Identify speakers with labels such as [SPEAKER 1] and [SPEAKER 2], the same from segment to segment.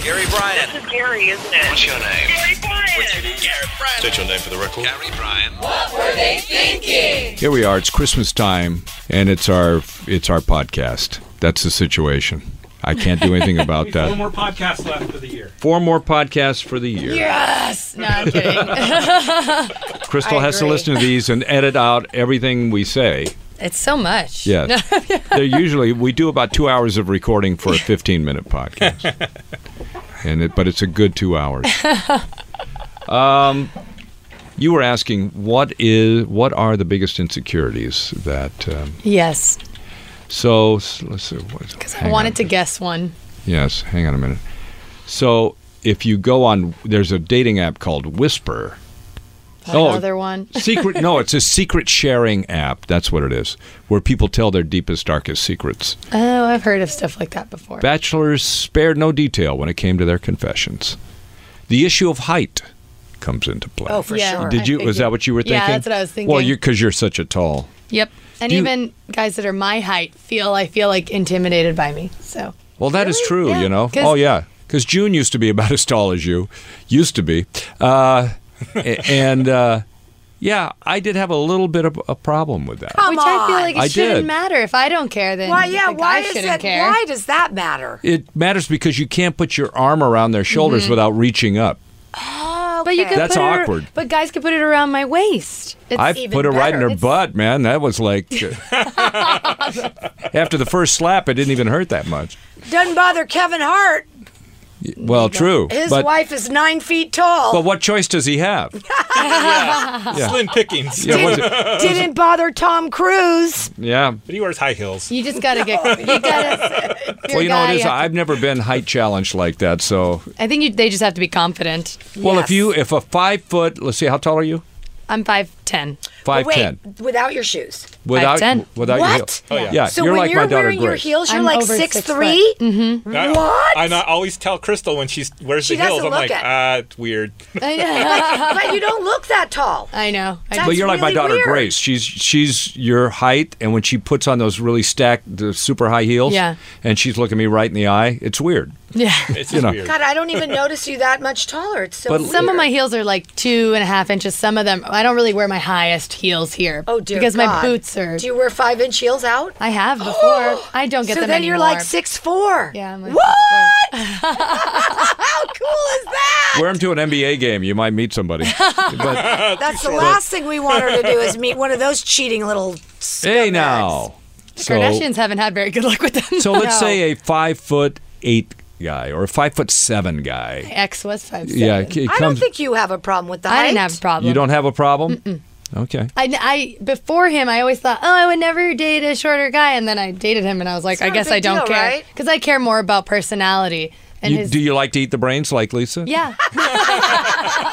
[SPEAKER 1] Gary Bryan.
[SPEAKER 2] This is Gary, isn't it?
[SPEAKER 1] What's your name?
[SPEAKER 2] Gary Bryan.
[SPEAKER 1] Gary Bryan.
[SPEAKER 3] State your name for the record.
[SPEAKER 1] Gary Bryan.
[SPEAKER 4] Here we are. It's Christmas time, and it's our it's our podcast. That's the situation. I can't do anything about
[SPEAKER 5] Four
[SPEAKER 4] that.
[SPEAKER 5] more podcasts left for the year.
[SPEAKER 4] Four more podcasts for the year.
[SPEAKER 6] Yes. No, I'm kidding.
[SPEAKER 4] Crystal
[SPEAKER 6] I
[SPEAKER 4] has to
[SPEAKER 6] agree.
[SPEAKER 4] listen to these and edit out everything we say.
[SPEAKER 6] it's so much.
[SPEAKER 4] Yes. They're usually we do about two hours of recording for a fifteen minute podcast. and it but it's a good two hours. Um you were asking what is what are the biggest insecurities that um,
[SPEAKER 6] Yes.
[SPEAKER 4] so s- let's see because
[SPEAKER 6] I wanted to guess one.
[SPEAKER 4] Yes, hang on a minute. So if you go on, there's a dating app called Whisper. Oh.
[SPEAKER 6] Another one.
[SPEAKER 4] Secret? no, it's a secret sharing app. That's what it is, where people tell their deepest, darkest secrets.
[SPEAKER 6] Oh, I've heard of stuff like that before.
[SPEAKER 4] Bachelors spared no detail when it came to their confessions. The issue of height comes into play.
[SPEAKER 7] Oh, for
[SPEAKER 6] Yeah.
[SPEAKER 7] sure.
[SPEAKER 4] Did you?
[SPEAKER 6] I
[SPEAKER 4] Was
[SPEAKER 6] figured.
[SPEAKER 4] that what you were thinking?
[SPEAKER 6] Yeah, that's what I was thinking.
[SPEAKER 4] Well, because you're such a tall.
[SPEAKER 6] Yep. And
[SPEAKER 4] Do you-
[SPEAKER 6] even guys that are my height feel I feel like intimidated by me. So
[SPEAKER 4] Well, that is
[SPEAKER 6] Really?
[SPEAKER 4] true,
[SPEAKER 6] Yeah,
[SPEAKER 4] you know.
[SPEAKER 6] 'cause-
[SPEAKER 4] Oh, yeah. Because June used to be about as tall as you. Used to be. Uh, a- and uh, yeah, I did have a little bit of a problem with that.
[SPEAKER 7] Come
[SPEAKER 6] which I feel
[SPEAKER 7] on.
[SPEAKER 6] like it
[SPEAKER 4] I
[SPEAKER 6] shouldn't
[SPEAKER 4] did.
[SPEAKER 6] matter. If I don't care, then
[SPEAKER 7] Why? Yeah.
[SPEAKER 6] the
[SPEAKER 7] Why
[SPEAKER 6] guy
[SPEAKER 7] is
[SPEAKER 6] shouldn't
[SPEAKER 7] that?
[SPEAKER 6] care.
[SPEAKER 7] Why does that matter?
[SPEAKER 4] It matters because you can't put your arm around their shoulders
[SPEAKER 6] Mm-hmm.
[SPEAKER 4] without reaching up.
[SPEAKER 6] But you could
[SPEAKER 4] That's
[SPEAKER 6] put it-
[SPEAKER 4] awkward.
[SPEAKER 6] but guys could put it around my waist. It's
[SPEAKER 4] I
[SPEAKER 6] even
[SPEAKER 4] put it right in
[SPEAKER 6] better.
[SPEAKER 4] her
[SPEAKER 6] It's-
[SPEAKER 4] butt, man. That was like. after the first slap, it didn't even hurt that much.
[SPEAKER 7] Doesn't bother Kevin Hart.
[SPEAKER 4] Well, true.
[SPEAKER 7] His
[SPEAKER 4] but,
[SPEAKER 7] wife is nine feet tall.
[SPEAKER 4] but what choice does he have? Yeah.
[SPEAKER 5] Slim pickings.
[SPEAKER 4] Yeah, was it-
[SPEAKER 7] Didn't bother Tom Cruise.
[SPEAKER 4] yeah.
[SPEAKER 5] But he wears high heels.
[SPEAKER 6] You just gotta get. You gotta. if you're
[SPEAKER 4] Well,
[SPEAKER 6] a
[SPEAKER 4] you know,
[SPEAKER 6] guy,
[SPEAKER 4] it is.
[SPEAKER 6] have to-
[SPEAKER 4] I've never been height challenged like that, so
[SPEAKER 6] I think you, they just have to be confident.
[SPEAKER 4] Well, if you if a five foot, let's see, how tall are you?
[SPEAKER 6] I'm five ten.
[SPEAKER 4] Five
[SPEAKER 7] Wait,
[SPEAKER 4] ten.
[SPEAKER 7] without your shoes.
[SPEAKER 4] Without
[SPEAKER 6] 5'10".
[SPEAKER 4] without your
[SPEAKER 7] What?
[SPEAKER 4] heels. Oh, Yeah,
[SPEAKER 7] So
[SPEAKER 4] you're
[SPEAKER 7] when
[SPEAKER 4] like
[SPEAKER 7] you're
[SPEAKER 4] my daughter
[SPEAKER 7] wearing your
[SPEAKER 4] Grace.
[SPEAKER 7] heels, you're
[SPEAKER 6] I'm
[SPEAKER 7] like
[SPEAKER 6] over six Mm-hmm.
[SPEAKER 7] six three.
[SPEAKER 5] I-
[SPEAKER 7] What?
[SPEAKER 5] I, not- always tell Crystal when she wears
[SPEAKER 7] She
[SPEAKER 5] the heels.
[SPEAKER 7] doesn't
[SPEAKER 5] I'm like,
[SPEAKER 7] look it.
[SPEAKER 5] ah, it's weird.
[SPEAKER 6] I know.
[SPEAKER 7] but you don't look that tall.
[SPEAKER 6] I know. I
[SPEAKER 4] But you're like my
[SPEAKER 7] really
[SPEAKER 4] daughter
[SPEAKER 7] weird.
[SPEAKER 4] Grace. She's she's your height, and when she puts on those really stacked, the super high heels,
[SPEAKER 6] Yeah.
[SPEAKER 4] and she's looking me right in the eye, it's weird.
[SPEAKER 6] yeah.
[SPEAKER 5] It's just
[SPEAKER 4] know.
[SPEAKER 5] weird.
[SPEAKER 7] God, I don't even notice you that much taller. It's so.
[SPEAKER 4] But-
[SPEAKER 7] weird.
[SPEAKER 6] Some of my heels are like two and a half inches. Some of them, I don't really wear my highest heels here.
[SPEAKER 7] Oh dear.
[SPEAKER 6] Because my
[SPEAKER 7] God.
[SPEAKER 6] boots are.
[SPEAKER 7] Do you wear five inch heels out?
[SPEAKER 6] I have before. I don't get
[SPEAKER 7] so
[SPEAKER 6] them
[SPEAKER 7] then you're like
[SPEAKER 6] anymore.
[SPEAKER 7] six four.
[SPEAKER 6] Yeah, I'm like
[SPEAKER 7] what?
[SPEAKER 6] six
[SPEAKER 7] How cool is that?
[SPEAKER 4] Wear them to an NBA game, you might meet somebody. But
[SPEAKER 7] That's the last thing we want her to do is meet one of those cheating little.
[SPEAKER 4] hey,
[SPEAKER 7] scumbags.
[SPEAKER 4] now, so
[SPEAKER 6] Kardashians haven't had very good luck with them.
[SPEAKER 4] so let's
[SPEAKER 7] No.
[SPEAKER 4] say a five foot eight guy or a five foot seven guy.
[SPEAKER 6] X was five.
[SPEAKER 4] Yeah,
[SPEAKER 6] seven.
[SPEAKER 4] it
[SPEAKER 7] I don't
[SPEAKER 4] comes.
[SPEAKER 7] think you have a problem with the height.
[SPEAKER 6] I didn't have a problem.
[SPEAKER 4] You don't have a problem. Okay.
[SPEAKER 6] I, I before him, I always thought, oh, I would never date a shorter guy, and then I dated him, and I was like, I
[SPEAKER 7] not a
[SPEAKER 6] guess
[SPEAKER 7] big
[SPEAKER 6] I don't
[SPEAKER 7] deal,
[SPEAKER 6] care
[SPEAKER 7] right?
[SPEAKER 6] because I care more about personality and
[SPEAKER 4] You,
[SPEAKER 6] his.
[SPEAKER 4] do you like to eat the brains like Lisa?
[SPEAKER 6] yeah.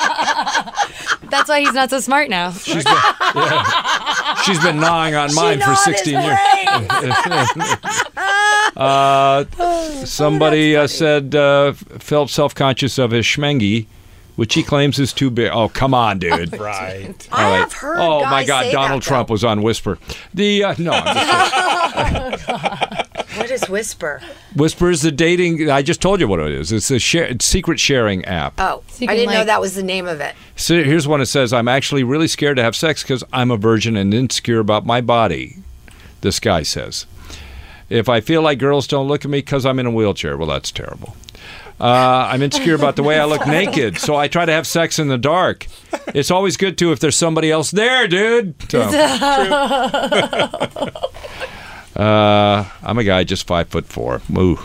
[SPEAKER 6] That's why he's not so smart now.
[SPEAKER 4] She's been, yeah. she's been gnawing on mine for
[SPEAKER 7] gnawed his
[SPEAKER 4] 16 years.
[SPEAKER 7] Oh,
[SPEAKER 4] uh, somebody uh, said uh, felt self conscious of his schmengi, which he claims is too big. Oh, come on, dude.
[SPEAKER 5] Right.
[SPEAKER 7] I
[SPEAKER 4] All right.
[SPEAKER 7] have heard.
[SPEAKER 4] oh
[SPEAKER 7] guys
[SPEAKER 4] my God!
[SPEAKER 7] say
[SPEAKER 4] Donald
[SPEAKER 7] that,
[SPEAKER 4] Trump was on Whisper. The uh, no, I'm just kidding.
[SPEAKER 7] though. What is whisper?
[SPEAKER 4] Whisper is the dating. I just told you what it is. It's a share, it's secret sharing app.
[SPEAKER 7] Oh,
[SPEAKER 6] you
[SPEAKER 7] I
[SPEAKER 6] can,
[SPEAKER 7] didn't know
[SPEAKER 6] like-
[SPEAKER 7] that was the name of it.
[SPEAKER 4] So here's one that says, "I'm actually really scared to have sex because I'm a virgin and insecure about my body." This guy says, "If I feel like girls don't look at me because I'm in a wheelchair, well, that's terrible. Uh, I'm insecure about the way I look naked, so I try to have sex in the dark. It's always good too if there's somebody else there, dude." So- uh, I'm a guy just five foot four. Ooh,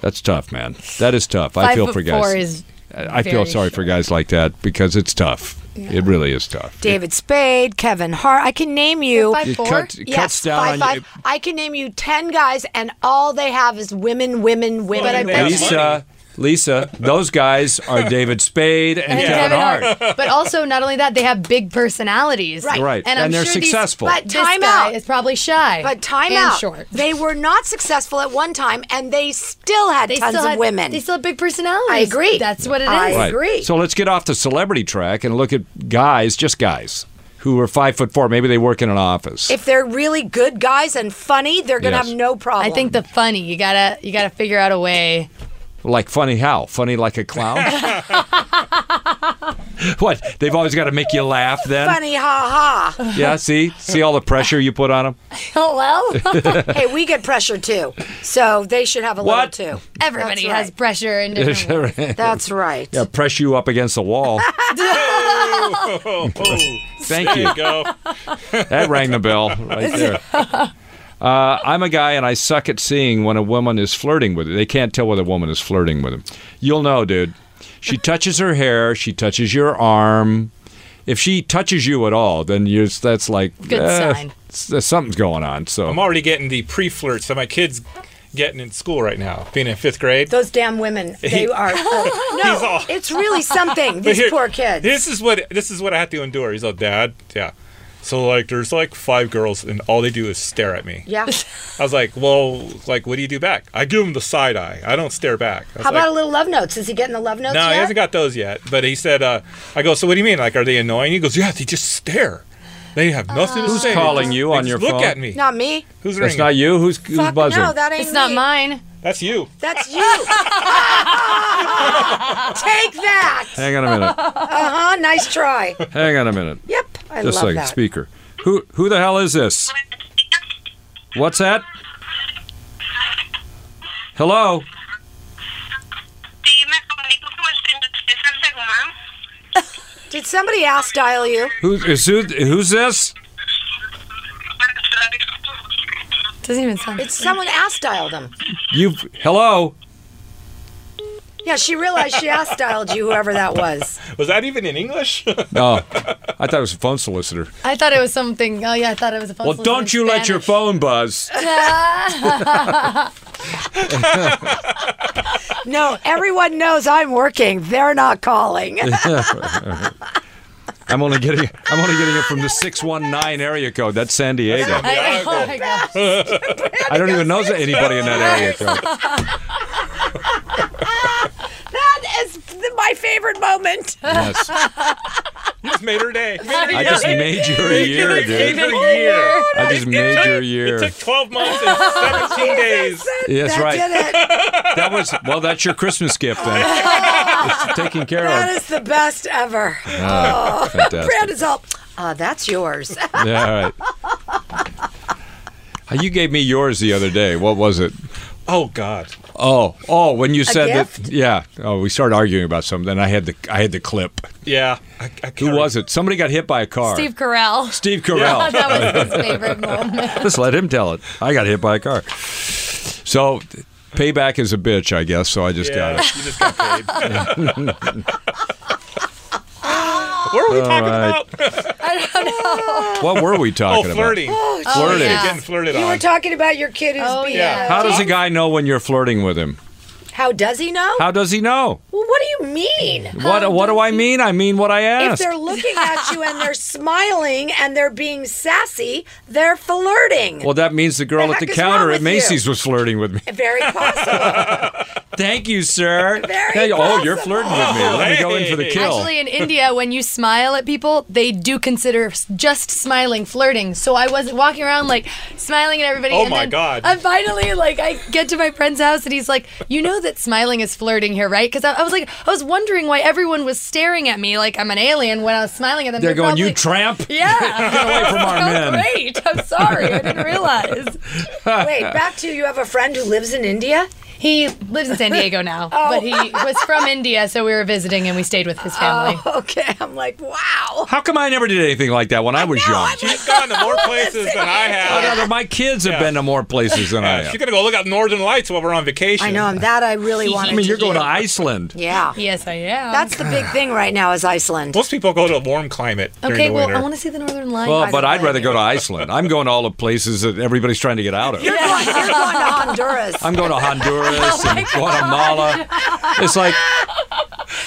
[SPEAKER 4] that's tough, man. That is tough. I
[SPEAKER 6] Five
[SPEAKER 4] feel
[SPEAKER 6] foot
[SPEAKER 4] for guys.
[SPEAKER 6] four is
[SPEAKER 4] I feel
[SPEAKER 6] very
[SPEAKER 4] sorry for guys like that because it's tough. It really is tough.
[SPEAKER 7] David Spade, Kevin Hart. I can name you.
[SPEAKER 6] five
[SPEAKER 4] It
[SPEAKER 6] four.
[SPEAKER 4] cuts- it
[SPEAKER 7] Yes,
[SPEAKER 4] cuts down
[SPEAKER 7] five,
[SPEAKER 4] on
[SPEAKER 7] five.
[SPEAKER 4] you.
[SPEAKER 7] I can name you ten guys, and all they have is women, women, women.
[SPEAKER 6] But I
[SPEAKER 7] women.
[SPEAKER 6] bet you-
[SPEAKER 4] Lisa, Lisa, those guys are David Spade and,
[SPEAKER 6] And
[SPEAKER 4] Kevin, Hart.
[SPEAKER 6] but also not only that, they have big personalities,
[SPEAKER 7] Right.
[SPEAKER 4] Right.
[SPEAKER 6] And,
[SPEAKER 4] And
[SPEAKER 6] I'm
[SPEAKER 4] they're
[SPEAKER 6] sure these-
[SPEAKER 4] successful.
[SPEAKER 6] but
[SPEAKER 7] But
[SPEAKER 6] this
[SPEAKER 7] time
[SPEAKER 6] guy
[SPEAKER 7] out.
[SPEAKER 6] is probably shy,
[SPEAKER 7] But time
[SPEAKER 6] and
[SPEAKER 7] out.
[SPEAKER 6] short.
[SPEAKER 7] They were not successful at one time, and they still had
[SPEAKER 6] They
[SPEAKER 7] tons
[SPEAKER 6] still
[SPEAKER 7] of
[SPEAKER 6] had-
[SPEAKER 7] women.
[SPEAKER 6] They still have big personalities.
[SPEAKER 7] I agree.
[SPEAKER 6] That's what it is.
[SPEAKER 7] I
[SPEAKER 4] Right.
[SPEAKER 7] agree.
[SPEAKER 4] So let's get off the celebrity track and look at guys, just guys, who are five foot four. Maybe they work in an office.
[SPEAKER 7] if they're really good guys and funny, they're going to
[SPEAKER 4] Yes.
[SPEAKER 7] have no problem.
[SPEAKER 6] I think the funny you gotta you gotta figure out a way
[SPEAKER 4] Like funny how? Funny like a clown? what? They've always got to make you laugh then?
[SPEAKER 7] Funny, ha ha.
[SPEAKER 4] Yeah, see? See all the pressure you put on them?
[SPEAKER 6] Oh well,
[SPEAKER 7] hey, we get pressure too, so they should have a
[SPEAKER 4] What?
[SPEAKER 7] little too.
[SPEAKER 6] everybody
[SPEAKER 7] That's
[SPEAKER 6] has
[SPEAKER 7] right.
[SPEAKER 6] pressure and different ways.
[SPEAKER 7] That's right.
[SPEAKER 4] yeah, press you up against the wall.
[SPEAKER 5] Oh, oh.
[SPEAKER 4] Thank you.
[SPEAKER 5] There you go.
[SPEAKER 4] That rang the bell right there. Uh, I'm a guy and I suck at seeing when a woman is flirting with him. They can't tell whether a woman is flirting with him. You'll know, dude. She touches her hair. She touches your arm. If she touches you at all, then you that's like
[SPEAKER 6] Good
[SPEAKER 4] eh,
[SPEAKER 6] sign.
[SPEAKER 4] s- Something's going on. So
[SPEAKER 5] I'm already getting the pre flirts that my kids getting in school right now, being in fifth grade.
[SPEAKER 7] Those damn women. They are.
[SPEAKER 5] He's all.
[SPEAKER 7] it's really something. These
[SPEAKER 5] here-
[SPEAKER 7] poor kids.
[SPEAKER 5] This is what this is what I have to endure. He's like, Dad, yeah. So like, there's like five girls, and all they do is stare at me.
[SPEAKER 7] yeah.
[SPEAKER 5] I was like, well, like, what do you do back? I give him the side eye. I don't stare back. I was
[SPEAKER 7] How
[SPEAKER 5] like,
[SPEAKER 7] about a little love notes? Is he getting the love notes
[SPEAKER 5] No,
[SPEAKER 7] yet?
[SPEAKER 5] he hasn't got those yet. But he said, uh, I go, so what do you mean? Like, are they annoying? He goes, yeah, they just stare. They have nothing to say. They
[SPEAKER 4] calling
[SPEAKER 5] just-
[SPEAKER 4] you
[SPEAKER 5] they
[SPEAKER 4] on
[SPEAKER 5] just
[SPEAKER 4] your
[SPEAKER 5] look
[SPEAKER 4] phone?
[SPEAKER 5] at me.
[SPEAKER 7] Not me.
[SPEAKER 5] Who's
[SPEAKER 4] that's
[SPEAKER 5] ringing?
[SPEAKER 4] not you. Who's who's
[SPEAKER 7] Fuck
[SPEAKER 4] buzzing?
[SPEAKER 7] no, that ain't
[SPEAKER 6] It's not
[SPEAKER 7] me.
[SPEAKER 6] mine.
[SPEAKER 5] That's you.
[SPEAKER 7] That's you. Take that.
[SPEAKER 4] Hang on a minute.
[SPEAKER 7] Uh huh. Nice try.
[SPEAKER 4] Hang on a minute.
[SPEAKER 7] Yep. I
[SPEAKER 4] Just
[SPEAKER 7] love
[SPEAKER 4] like a
[SPEAKER 7] that.
[SPEAKER 4] speaker. Who who the hell is this? What's that? Hello.
[SPEAKER 1] Dime comunico con el centro de San Segumán.
[SPEAKER 7] Did somebody ask dial you?
[SPEAKER 4] Who's is who, who's this?
[SPEAKER 6] Doesn't even sound.
[SPEAKER 7] It's someone asked dialed them.
[SPEAKER 4] You hello?
[SPEAKER 7] Yeah, she realized she asked dialed you, whoever that was.
[SPEAKER 5] Was that even in English?
[SPEAKER 4] No, I thought it was a phone solicitor.
[SPEAKER 6] I thought it was something. Oh yeah, I thought it was a phone.
[SPEAKER 4] Well, don't you let your phone buzz.
[SPEAKER 7] No, everyone knows I'm working. They're not calling.
[SPEAKER 4] I'm only getting I'm only getting it from the six one nine area code. That's San Diego.
[SPEAKER 6] I, oh my gosh.
[SPEAKER 4] I don't even know anybody in that area code.
[SPEAKER 7] that is my favorite moment.
[SPEAKER 4] Yes,
[SPEAKER 5] you just made her day. You made her
[SPEAKER 4] I
[SPEAKER 5] year.
[SPEAKER 4] just made your year,
[SPEAKER 5] You made
[SPEAKER 4] dude.
[SPEAKER 5] her year.
[SPEAKER 4] I just made your
[SPEAKER 5] It
[SPEAKER 4] year.
[SPEAKER 5] took 12 months and 17 days.
[SPEAKER 4] Yes,
[SPEAKER 7] that
[SPEAKER 4] right.
[SPEAKER 7] did it.
[SPEAKER 4] That was well. That's your Christmas gift then. It's taken care
[SPEAKER 7] That
[SPEAKER 4] of.
[SPEAKER 7] is the best ever.
[SPEAKER 4] Ah, fantastic.
[SPEAKER 7] Brandon's all, uh, that's yours.
[SPEAKER 4] Yeah, all right. Uh, You gave me yours the other day. What was it?
[SPEAKER 5] Oh, God.
[SPEAKER 4] Oh, oh, when you said that,
[SPEAKER 7] gift?
[SPEAKER 4] yeah. Oh, we started arguing about something. Then I had the I had the clip.
[SPEAKER 5] Yeah. I, I
[SPEAKER 4] Who
[SPEAKER 5] can't-
[SPEAKER 4] was it? Somebody got hit by a car.
[SPEAKER 6] Steve Carell.
[SPEAKER 4] Steve Carell.
[SPEAKER 6] that was his favorite moment.
[SPEAKER 4] Just let him tell it. I got hit by a car. So, payback is a bitch, I guess. So I just
[SPEAKER 5] Yeah,
[SPEAKER 4] got it.
[SPEAKER 5] you just got paid. what were we talking
[SPEAKER 4] right.
[SPEAKER 5] about?
[SPEAKER 4] What were we
[SPEAKER 5] Oh,
[SPEAKER 4] talking
[SPEAKER 5] flirting.
[SPEAKER 4] about? Flirting.
[SPEAKER 6] yeah.
[SPEAKER 5] Getting flirted
[SPEAKER 7] you
[SPEAKER 5] on.
[SPEAKER 7] were talking about your kid who's
[SPEAKER 6] Oh,
[SPEAKER 7] being.
[SPEAKER 6] yeah.
[SPEAKER 4] How does a guy know when you're flirting with him?
[SPEAKER 7] How does he know?
[SPEAKER 4] How does he know?
[SPEAKER 7] well, what do you mean?
[SPEAKER 4] What What do I mean? I mean what I
[SPEAKER 7] Um, If
[SPEAKER 4] asked.
[SPEAKER 7] they're looking at you and they're smiling and they're being sassy, they're flirting.
[SPEAKER 4] Well, that means the girl
[SPEAKER 7] The
[SPEAKER 4] at the
[SPEAKER 7] heck is wrong
[SPEAKER 4] counter at
[SPEAKER 7] with you?
[SPEAKER 4] Macy's was flirting with me.
[SPEAKER 7] Very possible.
[SPEAKER 4] Thank you, sir.
[SPEAKER 7] Very
[SPEAKER 4] Thank you. Oh, you're flirting with me. Let me go in for the
[SPEAKER 5] Hey.
[SPEAKER 4] kill.
[SPEAKER 6] Actually, in India, when you smile at people, they do consider s- just smiling flirting. So I was walking around like smiling at everybody.
[SPEAKER 5] Oh
[SPEAKER 6] and
[SPEAKER 5] my
[SPEAKER 6] then
[SPEAKER 5] God.
[SPEAKER 6] I'm finally like, I get to my friend's house and he's like, "You know that smiling is flirting here, right?" Because I, I was like, I was wondering why everyone was staring at me like I'm an alien when I was smiling at them.
[SPEAKER 4] They're going, you
[SPEAKER 6] probably-
[SPEAKER 4] tramp.
[SPEAKER 6] Yeah.
[SPEAKER 4] Get away from our
[SPEAKER 6] Oh,
[SPEAKER 4] men.
[SPEAKER 6] great. I'm sorry. I didn't realize.
[SPEAKER 7] Wait, back to you have a friend who lives in India?
[SPEAKER 6] He lives in San Diego now, but he was from India, so we were visiting and we stayed with his family.
[SPEAKER 7] Okay, I'm like, wow.
[SPEAKER 4] How come I never did anything like that when I was young?
[SPEAKER 5] She's gone to more places than I
[SPEAKER 4] I'd
[SPEAKER 5] have.
[SPEAKER 4] rather my kids have been to more places than I
[SPEAKER 5] She's
[SPEAKER 4] have.
[SPEAKER 5] gonna go look at Northern Lights while we're on vacation.
[SPEAKER 7] I know, and that I really wanted
[SPEAKER 4] I mean,
[SPEAKER 7] to
[SPEAKER 4] you're going
[SPEAKER 7] do.
[SPEAKER 4] to Iceland.
[SPEAKER 7] Yeah.
[SPEAKER 6] Yes, I am.
[SPEAKER 7] That's the big thing right now is Iceland.
[SPEAKER 5] Most people go to a warm climate during
[SPEAKER 6] okay.
[SPEAKER 5] the
[SPEAKER 6] Well,
[SPEAKER 5] winter.
[SPEAKER 6] I want to see the Northern Lights.
[SPEAKER 4] Well, but I'd rather go to Iceland. I'm going to all the places that everybody's trying to get out of.
[SPEAKER 7] You're, going, you're going to Honduras.
[SPEAKER 4] I'm going to
[SPEAKER 7] Oh
[SPEAKER 4] Honduras and Guatemala. It's like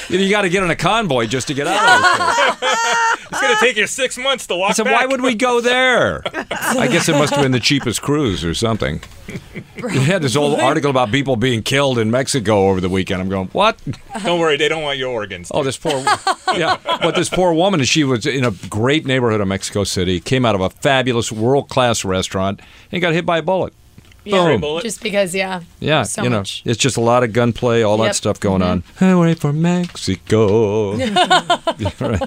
[SPEAKER 4] you, know, you got to get on a convoy just to get out of it.
[SPEAKER 5] it's
[SPEAKER 7] Ah!
[SPEAKER 5] gonna take you six months to walk
[SPEAKER 4] I said,
[SPEAKER 5] back.
[SPEAKER 4] why would we go there? I guess it must have been the cheapest cruise or something. Yeah, this whole article about people being killed in Mexico over the weekend. I'm going, what?
[SPEAKER 5] Don't worry, they don't want your organs.
[SPEAKER 4] Oh, this poor, yeah. But this poor woman, she was in a great neighborhood of Mexico City, came out of a fabulous world class restaurant, and got hit by a bullet.
[SPEAKER 6] Yeah.
[SPEAKER 4] Boom.
[SPEAKER 5] Bullet.
[SPEAKER 6] Just because, yeah.
[SPEAKER 4] Yeah,
[SPEAKER 6] So
[SPEAKER 4] you know,
[SPEAKER 6] much.
[SPEAKER 4] it's just a lot of gunplay, all that
[SPEAKER 6] Yep. Mm-hmm.
[SPEAKER 4] stuff going on. Highway for Mexico. Right.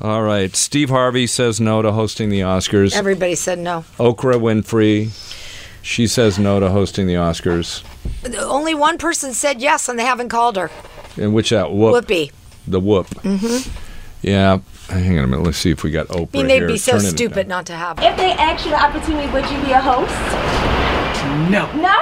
[SPEAKER 4] All right. Steve Harvey says no to hosting the Oscars.
[SPEAKER 7] Everybody said no.
[SPEAKER 4] Okra Winfrey, she says no to hosting the Oscars.
[SPEAKER 7] Only one person said yes, and they haven't called her.
[SPEAKER 4] In which that whoop,
[SPEAKER 7] Whoopee.
[SPEAKER 4] the whoop. Mm-hmm. Yeah. Hang on a minute. Let's see if we got Oprah
[SPEAKER 7] I mean,
[SPEAKER 4] here.
[SPEAKER 7] they'd be so
[SPEAKER 4] Turn it
[SPEAKER 7] stupid
[SPEAKER 4] down.
[SPEAKER 7] not to have her.
[SPEAKER 2] If they asked you the opportunity, would you be a host? No. No?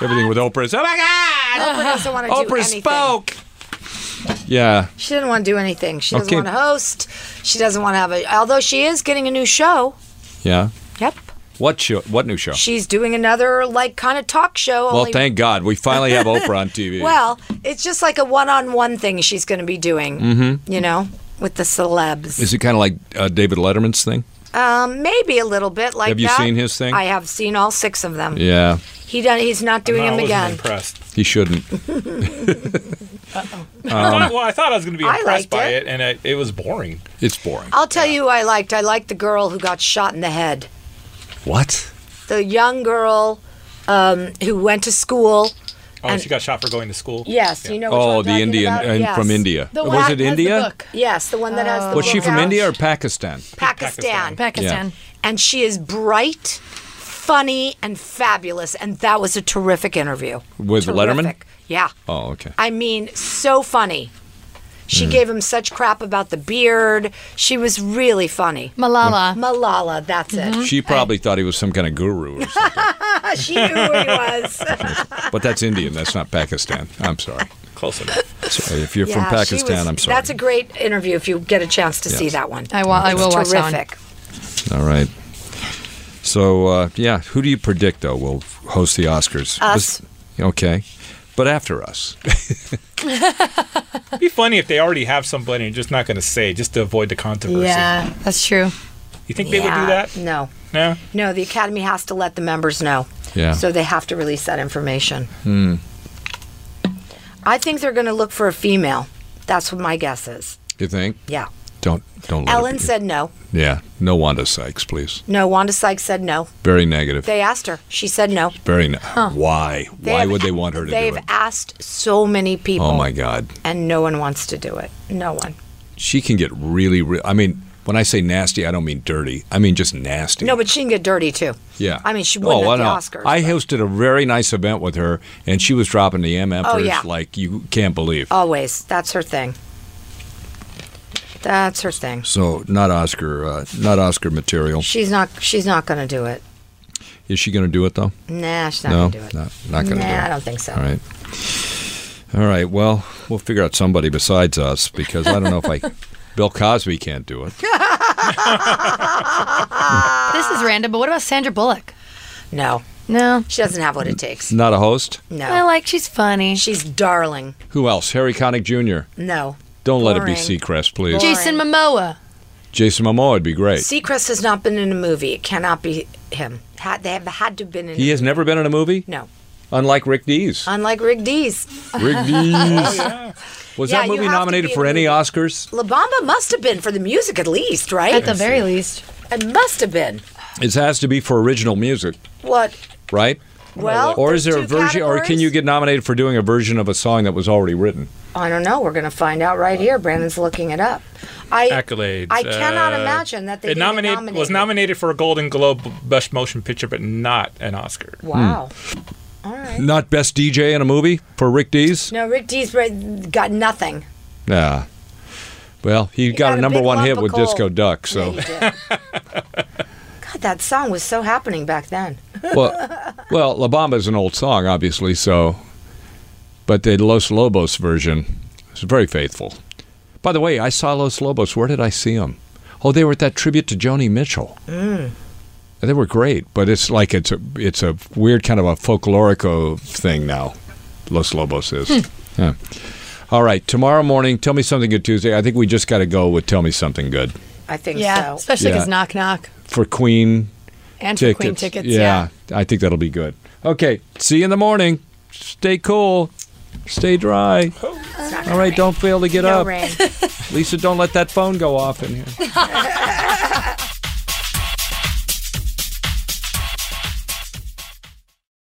[SPEAKER 4] Everything with Oprah is, oh my God!
[SPEAKER 7] Oprah doesn't want to do
[SPEAKER 4] Oprah
[SPEAKER 7] anything.
[SPEAKER 4] spoke! Yeah.
[SPEAKER 7] She didn't want to do anything. She doesn't
[SPEAKER 4] Okay.
[SPEAKER 7] want to host. She doesn't want to have a. Although she is getting a new show.
[SPEAKER 4] Yeah.
[SPEAKER 7] Yep.
[SPEAKER 4] What show? What new show?
[SPEAKER 7] She's doing another like kind of talk show.
[SPEAKER 4] well,
[SPEAKER 7] only-
[SPEAKER 4] thank God. We finally have Oprah on TV.
[SPEAKER 7] Well, it's just like a one-on-one thing she's going to be doing.
[SPEAKER 4] Mm-hmm.
[SPEAKER 7] You know, with the celebs.
[SPEAKER 4] Is it kind of like uh, David Letterman's thing?
[SPEAKER 7] Um, maybe a little bit like.
[SPEAKER 4] Have you
[SPEAKER 7] that.
[SPEAKER 4] seen his thing?
[SPEAKER 7] I have seen all six of them.
[SPEAKER 4] Yeah,
[SPEAKER 7] He done. He's not doing
[SPEAKER 5] No, I
[SPEAKER 7] them
[SPEAKER 5] wasn't
[SPEAKER 7] again.
[SPEAKER 5] impressed.
[SPEAKER 4] he shouldn't.
[SPEAKER 5] I
[SPEAKER 4] Um,
[SPEAKER 5] thought- well, I thought I was going to be
[SPEAKER 7] I
[SPEAKER 5] impressed
[SPEAKER 7] liked
[SPEAKER 5] by
[SPEAKER 7] it.
[SPEAKER 5] it, and I, it was boring.
[SPEAKER 4] It's boring.
[SPEAKER 7] I'll tell you, who I liked. I liked the girl who got shot in the head.
[SPEAKER 4] What?
[SPEAKER 7] The young girl um, who went to school.
[SPEAKER 5] Oh,
[SPEAKER 7] And-
[SPEAKER 5] she got shot for going to school.
[SPEAKER 7] Yes, you know. which one
[SPEAKER 4] Oh,
[SPEAKER 7] I'm
[SPEAKER 4] the
[SPEAKER 7] talking
[SPEAKER 4] Indian
[SPEAKER 7] about?
[SPEAKER 4] and
[SPEAKER 7] Yes.
[SPEAKER 4] from India.
[SPEAKER 6] The one
[SPEAKER 4] was
[SPEAKER 6] that
[SPEAKER 4] it
[SPEAKER 6] has
[SPEAKER 4] India?
[SPEAKER 6] The book.
[SPEAKER 7] Yes, the one that has the.
[SPEAKER 4] Was she
[SPEAKER 7] little
[SPEAKER 4] from
[SPEAKER 7] pouch.
[SPEAKER 4] India or Pakistan?
[SPEAKER 7] Pakistan?
[SPEAKER 6] Pakistan.
[SPEAKER 7] And she is bright, funny, and fabulous. And that was a terrific interview.
[SPEAKER 4] With Letterman?
[SPEAKER 7] Terrific. Yeah.
[SPEAKER 4] Oh, okay.
[SPEAKER 7] I mean, so funny. She gave him such crap about the beard. She was really funny.
[SPEAKER 6] Malala.
[SPEAKER 7] Malala, that's it.
[SPEAKER 4] She probably thought he was some kind of guru, or something.
[SPEAKER 7] she knew who he was.
[SPEAKER 4] but that's Indian. That's not Pakistan. I'm sorry.
[SPEAKER 5] Close enough.
[SPEAKER 4] So if you're from
[SPEAKER 7] Yeah, she
[SPEAKER 4] Pakistan,
[SPEAKER 7] was-
[SPEAKER 4] I'm sorry.
[SPEAKER 7] That's a great interview if you get a chance to see that one.
[SPEAKER 6] I, wa- I will watch that one.
[SPEAKER 7] Terrific.
[SPEAKER 4] All right. So uh, yeah, who do you predict though will host the Oscars?
[SPEAKER 7] Us.
[SPEAKER 4] Was- okay, but after us.
[SPEAKER 5] It'd be funny if they already have somebody and just not going to say, just to avoid the controversy.
[SPEAKER 6] Yeah, that's true.
[SPEAKER 5] You think they would do that?
[SPEAKER 7] No.
[SPEAKER 5] No.
[SPEAKER 7] No, the Academy has to let the members know.
[SPEAKER 4] Yeah.
[SPEAKER 7] So they have to release that information. I think they're going to look for a female. That's what my guess is.
[SPEAKER 4] you think?
[SPEAKER 7] Yeah.
[SPEAKER 4] Don't don't. Let it
[SPEAKER 7] Ellen
[SPEAKER 4] be-
[SPEAKER 7] said no.
[SPEAKER 4] Yeah. No Wanda Sykes, please.
[SPEAKER 7] No, Wanda Sykes said no.
[SPEAKER 4] Very negative.
[SPEAKER 7] They asked her. She said no.
[SPEAKER 4] Very. Ne- Why?
[SPEAKER 7] They
[SPEAKER 4] Why
[SPEAKER 7] have-
[SPEAKER 4] would they want her to do
[SPEAKER 7] They've
[SPEAKER 4] it?
[SPEAKER 7] asked so many people.
[SPEAKER 4] Oh my God.
[SPEAKER 7] And no one wants to do it. No one.
[SPEAKER 4] She can get really. Re- I mean, when I say nasty, I don't mean dirty. I mean just nasty.
[SPEAKER 7] No, but she can get dirty too.
[SPEAKER 4] Yeah.
[SPEAKER 7] I mean, she wouldn't
[SPEAKER 4] oh,
[SPEAKER 7] at the
[SPEAKER 4] I know.
[SPEAKER 7] Oscars.
[SPEAKER 4] I
[SPEAKER 7] but-
[SPEAKER 4] hosted a very nice event with her, and she was dropping the MFers
[SPEAKER 7] Oh, yeah.
[SPEAKER 4] like you can't believe.
[SPEAKER 7] Always. That's her thing. That's her thing.
[SPEAKER 4] So not Oscar, uh, not Oscar material.
[SPEAKER 7] She's not. She's not going to do it.
[SPEAKER 4] Is she going to do it though?
[SPEAKER 7] Nah, she's not
[SPEAKER 4] no,
[SPEAKER 7] going to do it.
[SPEAKER 4] not not going to
[SPEAKER 7] nah,
[SPEAKER 4] do it.
[SPEAKER 7] I don't think so.
[SPEAKER 4] All right. All right. Well, we'll figure out somebody besides us because I don't know if I. Bill Cosby can't do it.
[SPEAKER 6] this is random, but what about Sandra Bullock?
[SPEAKER 7] No,
[SPEAKER 6] No.
[SPEAKER 7] she doesn't have what it takes.
[SPEAKER 4] Not a host.
[SPEAKER 7] No,
[SPEAKER 6] I like she's funny.
[SPEAKER 7] she's darling.
[SPEAKER 4] Who else? Harry Connick Jr.
[SPEAKER 7] No,
[SPEAKER 4] Don't let it be
[SPEAKER 7] Boring.
[SPEAKER 4] Seacrest, please.
[SPEAKER 7] Boring.
[SPEAKER 6] Jason Momoa.
[SPEAKER 4] Jason Momoa would be great.
[SPEAKER 7] Seacrest has not been in a movie. It cannot be him. Had, they have had to have been in.
[SPEAKER 4] he has never been in a movie,
[SPEAKER 7] no,
[SPEAKER 4] unlike Rick Dees.
[SPEAKER 7] unlike Rick Dees.
[SPEAKER 4] Rick Dees. Was
[SPEAKER 7] Yeah,
[SPEAKER 4] that
[SPEAKER 7] you
[SPEAKER 4] movie
[SPEAKER 7] have to
[SPEAKER 4] nominated
[SPEAKER 7] be in
[SPEAKER 4] for
[SPEAKER 7] a
[SPEAKER 4] any
[SPEAKER 7] movie.
[SPEAKER 4] Oscars?
[SPEAKER 7] La Bamba must have been for the music at least, right?
[SPEAKER 6] At the very least.
[SPEAKER 7] it must have been.
[SPEAKER 4] It has to be for original music,
[SPEAKER 7] What?
[SPEAKER 4] right?
[SPEAKER 7] Well,
[SPEAKER 4] or is there a
[SPEAKER 7] two
[SPEAKER 4] version, or can
[SPEAKER 7] categories?
[SPEAKER 4] you get nominated for doing a version of a song that was already written?
[SPEAKER 7] I don't know. We're going to find out right here. Brandon's looking it up. I
[SPEAKER 5] Accolades.
[SPEAKER 7] I cannot
[SPEAKER 5] uh,
[SPEAKER 7] imagine that they
[SPEAKER 5] it
[SPEAKER 7] didn't
[SPEAKER 5] nominate-
[SPEAKER 7] nominate
[SPEAKER 5] was
[SPEAKER 7] it.
[SPEAKER 5] nominated for a Golden Globe Best Motion Picture, but not an Oscar.
[SPEAKER 7] Wow.
[SPEAKER 4] Not best DJ in a movie for Rick Dees?
[SPEAKER 7] No, Rick Dees got nothing.
[SPEAKER 4] Nah. Well, he,
[SPEAKER 7] got
[SPEAKER 4] got, a
[SPEAKER 7] a
[SPEAKER 4] number
[SPEAKER 7] big
[SPEAKER 4] one
[SPEAKER 7] lump
[SPEAKER 4] hit
[SPEAKER 7] of
[SPEAKER 4] with
[SPEAKER 7] coal.
[SPEAKER 4] Disco Duck,
[SPEAKER 7] Yeah,
[SPEAKER 4] so
[SPEAKER 7] he did. God, that song was so happening back then.
[SPEAKER 4] well, well, La Bamba's an old song, obviously. So, but the Los Lobos version is very faithful. By the way, I saw Los Lobos. Where did I see them? Oh, they were at that tribute to Joni Mitchell. And They were great, but it's like it's a it's a weird kind of a folklorico thing now. Los Lobos is. Yeah. All right, tomorrow morning, tell me something good Tuesday. I think we just got to go with tell me something good
[SPEAKER 7] I think
[SPEAKER 6] Yeah.
[SPEAKER 7] so.
[SPEAKER 6] Especially
[SPEAKER 4] Yeah.
[SPEAKER 6] because Knock Knock
[SPEAKER 4] for Queen
[SPEAKER 6] and for
[SPEAKER 4] tickets.
[SPEAKER 6] Queen tickets. Yeah.
[SPEAKER 4] I think that'll be good. Okay, see you in the morning. Stay cool. Stay dry. All right, don't fail to get
[SPEAKER 7] Oh. No
[SPEAKER 4] up.
[SPEAKER 7] rain.
[SPEAKER 4] Lisa, don't let that phone go off in here.